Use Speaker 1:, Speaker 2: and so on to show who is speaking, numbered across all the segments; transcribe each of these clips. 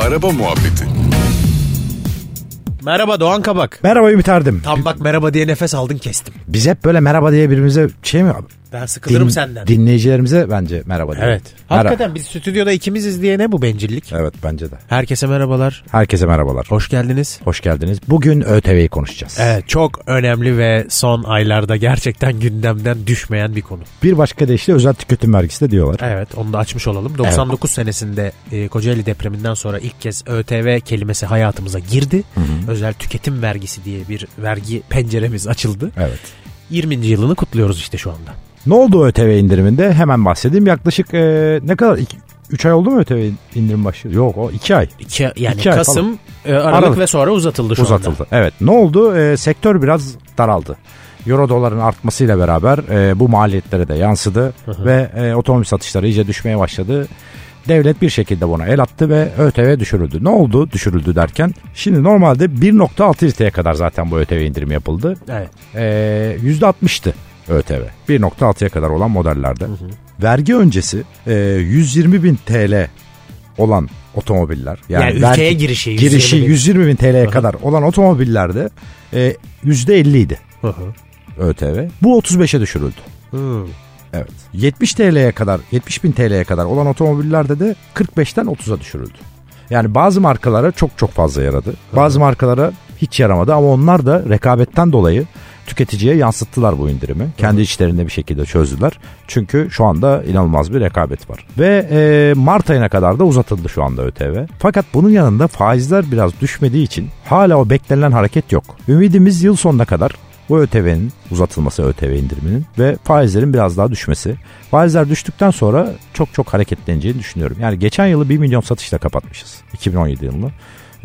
Speaker 1: Araba muhabbeti.
Speaker 2: Merhaba Doğan Kabak.
Speaker 3: Merhabayı biterdim.
Speaker 2: Tam bak merhaba diye nefes aldın kestim.
Speaker 3: Biz hep böyle merhaba diye birbirimize şey mi?
Speaker 2: Ben sıkılırım
Speaker 3: Din-
Speaker 2: senden.
Speaker 3: Dinleyicilerimize bence merhaba diyelim.
Speaker 2: Evet.
Speaker 3: Merhaba.
Speaker 2: Hakikaten biz stüdyoda ikimiziz diye ne bu bencillik?
Speaker 3: Evet bence de.
Speaker 2: Herkese merhabalar.
Speaker 3: Herkese merhabalar.
Speaker 2: Hoş geldiniz.
Speaker 3: Hoş geldiniz. Bugün ÖTV'yi konuşacağız.
Speaker 2: Evet çok önemli ve son aylarda gerçekten gündemden düşmeyen bir konu.
Speaker 3: Bir başka deyişle özel tüketim vergisi de diyorlar.
Speaker 2: Evet onu da açmış olalım. 99 senesinde e, Kocaeli depreminden sonra ilk kez ÖTV kelimesi hayatımıza girdi. Özel tüketim vergisi diye bir vergi penceremiz açıldı.
Speaker 3: Evet.
Speaker 2: 20. yılını kutluyoruz işte şu anda.
Speaker 3: Ne oldu ÖTV indiriminde? Hemen bahsedeyim. Yaklaşık e, ne kadar? 3 ay oldu mu ÖTV indirim başladı? Yok o 2 ay.
Speaker 2: İki, yani
Speaker 3: İki ay
Speaker 2: Kasım, e, Aralık,
Speaker 3: Aralık.
Speaker 2: ve sonra uzatıldı şu
Speaker 3: uzatıldı.
Speaker 2: anda.
Speaker 3: Evet. Ne oldu? Ee, sektör biraz daraldı. Euro doların artmasıyla beraber e, bu maliyetlere de yansıdı ve e, otomobil satışları iyice düşmeye başladı. Devlet bir şekilde buna el attı ve ÖTV düşürüldü. Ne oldu düşürüldü derken? Şimdi normalde 1.6 litreye kadar zaten bu ÖTV indirimi yapıldı.
Speaker 2: Evet.
Speaker 3: Ee, %60'tı ÖTV. 1.6'ya kadar olan modellerde. Vergi öncesi e, 120 bin TL olan otomobiller.
Speaker 2: Yani, ülkeye
Speaker 3: vergi-
Speaker 2: girişi.
Speaker 3: girişi
Speaker 2: 120 bin.
Speaker 3: 120 bin TL'ye
Speaker 2: Aha.
Speaker 3: kadar olan otomobillerde e, %50 idi
Speaker 2: Hı hı.
Speaker 3: ÖTV. Bu 35'e düşürüldü.
Speaker 2: Hı.
Speaker 3: Evet. 70 TL'ye kadar, 70 bin TL'ye kadar olan otomobillerde de 45'ten 30'a düşürüldü. Yani bazı markalara çok çok fazla yaradı. Bazı markalara hiç yaramadı ama onlar da rekabetten dolayı tüketiciye yansıttılar bu indirimi. Kendi içlerinde bir şekilde çözdüler. Çünkü şu anda inanılmaz bir rekabet var. Ve e, Mart ayına kadar da uzatıldı şu anda ÖTV. Fakat bunun yanında faizler biraz düşmediği için hala o beklenilen hareket yok. Ümidimiz yıl sonuna kadar bu ÖTV'nin uzatılması ÖTV indiriminin ve faizlerin biraz daha düşmesi. Faizler düştükten sonra çok çok hareketleneceğini düşünüyorum. Yani geçen yılı 1 milyon satışla kapatmışız 2017 yılını.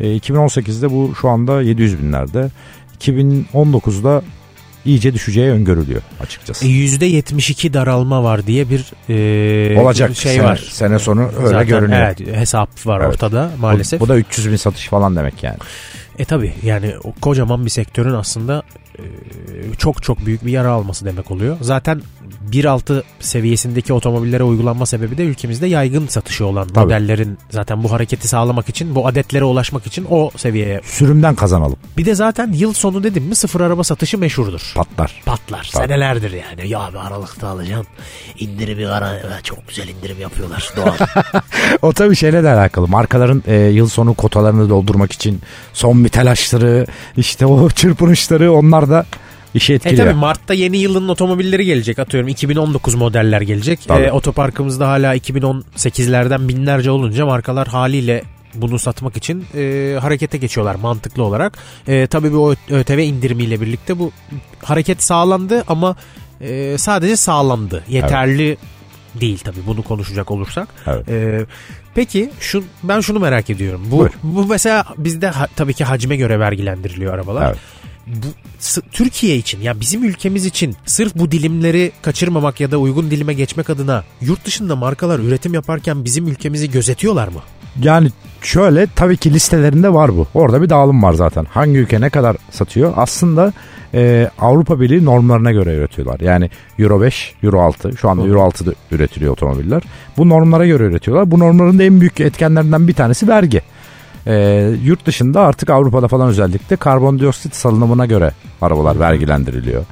Speaker 3: E, 2018'de bu şu anda 700 binlerde. 2019'da iyice düşeceği öngörülüyor açıkçası.
Speaker 2: E, %72 daralma var diye bir e,
Speaker 3: Olacak
Speaker 2: şey
Speaker 3: sene,
Speaker 2: var.
Speaker 3: sene sonu öyle
Speaker 2: Zaten,
Speaker 3: görünüyor.
Speaker 2: Evet, hesap var
Speaker 3: Evet.
Speaker 2: ortada
Speaker 3: Bu-
Speaker 2: maalesef.
Speaker 3: Bu, da 300 bin satış falan demek yani.
Speaker 2: E tabi yani o kocaman bir sektörün aslında e, çok çok büyük bir yara alması demek oluyor. Zaten 1.6 seviyesindeki otomobillere uygulanma sebebi de ülkemizde yaygın satışı olan
Speaker 3: Tabii.
Speaker 2: modellerin zaten bu hareketi sağlamak için bu adetlere ulaşmak için o seviyeye.
Speaker 3: Sürümden kazanalım
Speaker 2: Bir de zaten yıl sonu dedim mi sıfır araba satışı meşhurdur.
Speaker 3: patlar.
Speaker 2: Patlar
Speaker 3: Tabii.
Speaker 2: senelerdir yani. Ya abi aralıkta alacağım. İndirimi ara Ya çok güzel indirim yapıyorlar doğal.
Speaker 3: O tabii şeyle de alakalı. Markaların e, yıl sonu kotalarını doldurmak için son bir telaşları, işte o çırpınışları onlar da işe
Speaker 2: E
Speaker 3: etkiliyor.
Speaker 2: tabi Mart'ta yeni yılın otomobilleri gelecek atıyorum 2019 modeller gelecek.
Speaker 3: Tabii.
Speaker 2: E, otoparkımızda hala 2018'lerden binlerce olunca markalar haliyle bunu satmak için e, harekete geçiyorlar mantıklı olarak. E, tabii bu Ö- ÖTV indirimiyle birlikte bu hareket sağlandı ama e, sadece sağlandı. Yeterli değil tabii bunu konuşacak olursak.
Speaker 3: Evet.
Speaker 2: E, peki şu ben şunu merak ediyorum. Bu
Speaker 3: Buyur.
Speaker 2: bu mesela bizde ha- tabii ki hacme göre vergilendiriliyor arabalar
Speaker 3: Evet.
Speaker 2: bu s- Türkiye için ya bizim ülkemiz için sırf bu dilimleri kaçırmamak ya da uygun dilime geçmek adına yurt dışında markalar üretim yaparken bizim ülkemizi gözetiyorlar mı?
Speaker 3: Yani şöyle tabii ki listelerinde var bu. Orada bir dağılım var zaten. Hangi ülke ne kadar satıyor? Aslında e, Avrupa Birliği normlarına göre üretiyorlar. Yani Euro 5, Euro 6. Şu anda
Speaker 2: Hı.
Speaker 3: Euro 6'da üretiliyor otomobiller. Bu normlara göre üretiyorlar. Bu normların da en büyük etkenlerinden bir tanesi vergi. E, yurt dışında artık Avrupa'da falan özellikle karbondioksit salınımına göre arabalar vergilendiriliyor.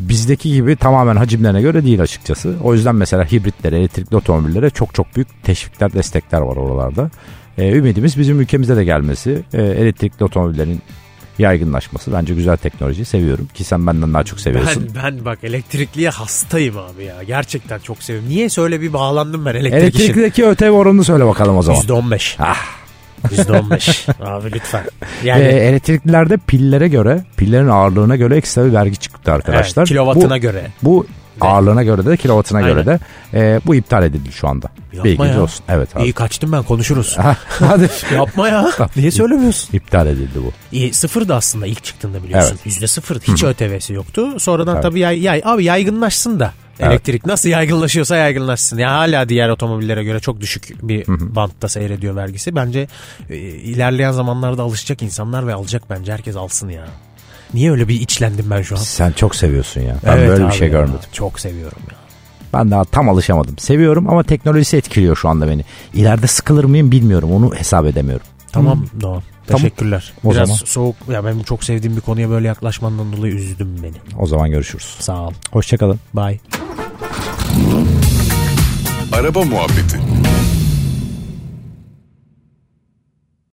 Speaker 3: Bizdeki gibi tamamen hacimlerine göre değil açıkçası. O yüzden mesela hibritlere, elektrikli otomobillere çok çok büyük teşvikler, destekler var oralarda. Ee, ümidimiz bizim ülkemizde de gelmesi. Ee, elektrikli otomobillerin yaygınlaşması. Bence güzel teknolojiyi seviyorum. Ki sen benden daha çok seviyorsun.
Speaker 2: Ben ben bak elektrikliye hastayım abi ya. Gerçekten çok seviyorum. Niye öyle bir bağlandım ben elektrik işine?
Speaker 3: Elektrikteki ÖTV oranını söyle bakalım o zaman. Ah.
Speaker 2: %15. %15. abi lütfen. Yani
Speaker 3: Ee, elektriklilerde pillere göre, pillerin ağırlığına göre ekstra bir vergi çıktı arkadaşlar.
Speaker 2: evet, kilovatına göre.
Speaker 3: Bu, bu ağırlığına göre de kilovatına göre
Speaker 2: Aynen.
Speaker 3: de e, bu iptal edildi şu anda.
Speaker 2: Yapma
Speaker 3: Bilginiz
Speaker 2: ya.
Speaker 3: olsun. Evet abi.
Speaker 2: İyi kaçtım ben konuşuruz.
Speaker 3: Hadi.
Speaker 2: Yapma ya. Niye söylemiyorsun?
Speaker 3: İptal edildi bu.
Speaker 2: E, sıfır da aslında ilk çıktığında biliyorsun. Yüzde sıfır. Hiç ÖTV'si yoktu. Sonradan
Speaker 3: Evet.
Speaker 2: tabii yay, yay- abi yaygınlaşsın da.
Speaker 3: Evet.
Speaker 2: Elektrik nasıl yaygınlaşıyorsa yaygınlaşsın. Ya hala diğer otomobillere göre çok düşük bir bantta seyrediyor vergisi. Bence e, ilerleyen zamanlarda alışacak insanlar ve alacak bence herkes alsın ya. Niye öyle bir içlendim ben şu an?
Speaker 3: Sen çok seviyorsun ya. Ben
Speaker 2: Evet
Speaker 3: böyle bir
Speaker 2: abi
Speaker 3: şey
Speaker 2: ya,
Speaker 3: görmedim.
Speaker 2: Çok seviyorum ya.
Speaker 3: Ben daha tam alışamadım. Seviyorum ama teknolojisi etkiliyor şu anda beni. İleride sıkılır mıyım bilmiyorum. Onu hesap edemiyorum.
Speaker 2: Hmm. Tamam Doğan. Teşekkürler.
Speaker 3: O
Speaker 2: Biraz
Speaker 3: zaman.
Speaker 2: soğuk. Ya benim çok sevdiğim bir konuya böyle yaklaşmandan dolayı üzdüm beni.
Speaker 3: O zaman görüşürüz.
Speaker 2: Sağ ol.
Speaker 3: Hoşçakalın.
Speaker 2: Bye.
Speaker 1: Araba Muhabbeti